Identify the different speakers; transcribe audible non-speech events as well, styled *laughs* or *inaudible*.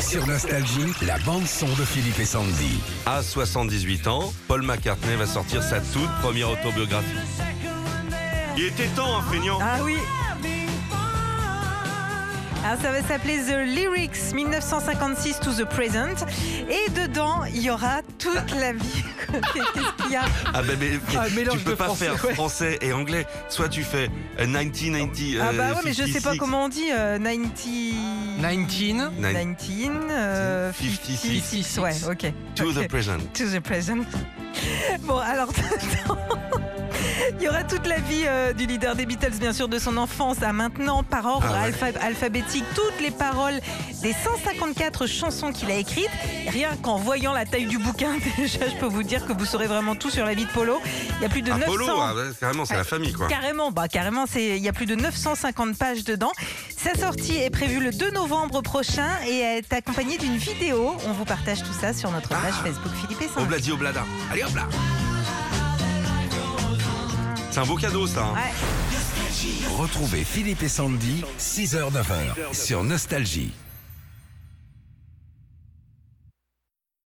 Speaker 1: Sur Nostalgie, la bande-son de Philippe et Sandy.
Speaker 2: À 78 ans, Paul McCartney va sortir sa toute première autobiographie. Il était temps, hein, feignant.
Speaker 3: Ah oui ah, ça va s'appeler The Lyrics 1956 to the Present. Et dedans, il y aura toute la vie. *laughs* Qu'est-ce qu'il y a
Speaker 2: Ah ben, mais,
Speaker 4: Ah, mélange
Speaker 2: tu peux
Speaker 4: de
Speaker 2: pas
Speaker 4: français,
Speaker 2: faire
Speaker 4: ouais.
Speaker 2: français et anglais. Soit tu fais euh, 1990.
Speaker 3: Ah bah
Speaker 2: euh,
Speaker 3: ouais, mais je sais pas
Speaker 2: 56,
Speaker 3: comment on dit. euh, 90...
Speaker 4: 19.
Speaker 2: 90,
Speaker 3: 19... euh,
Speaker 2: 56.
Speaker 3: 56, ouais, ok.
Speaker 2: To
Speaker 3: Ok.
Speaker 2: the present.
Speaker 3: To the present. Bon, alors, *laughs* il y aura toute la vie euh, du leader des Beatles, bien sûr, de son enfance à maintenant, par ordre
Speaker 2: Ah ouais.
Speaker 3: alpha- alphabétique, toutes les paroles des 154 chansons qu'il a écrites. Rien qu'en voyant la taille du bouquin, *laughs* déjà, je peux vous dire que vous saurez vraiment tout sur la vie de Polo. Il y a plus de 900.
Speaker 2: Apollo, ah, ouais, carrément, c'est la famille, quoi.
Speaker 3: Carrément, bah carrément, c'est il y a plus de 950 pages dedans. Sa sortie est prévue le 2 novembre prochain et est accompagnée d'une vidéo. On vous partage tout ça sur notre
Speaker 2: Ah.
Speaker 3: page Facebook Philippe et Sandy.
Speaker 2: Obladi Oblada. Allez, hop là. C'est un beau cadeau, ça. hein.
Speaker 3: Ouais.
Speaker 1: Retrouvez Philippe et Sandy, 6h-9h, sur Nostalgie.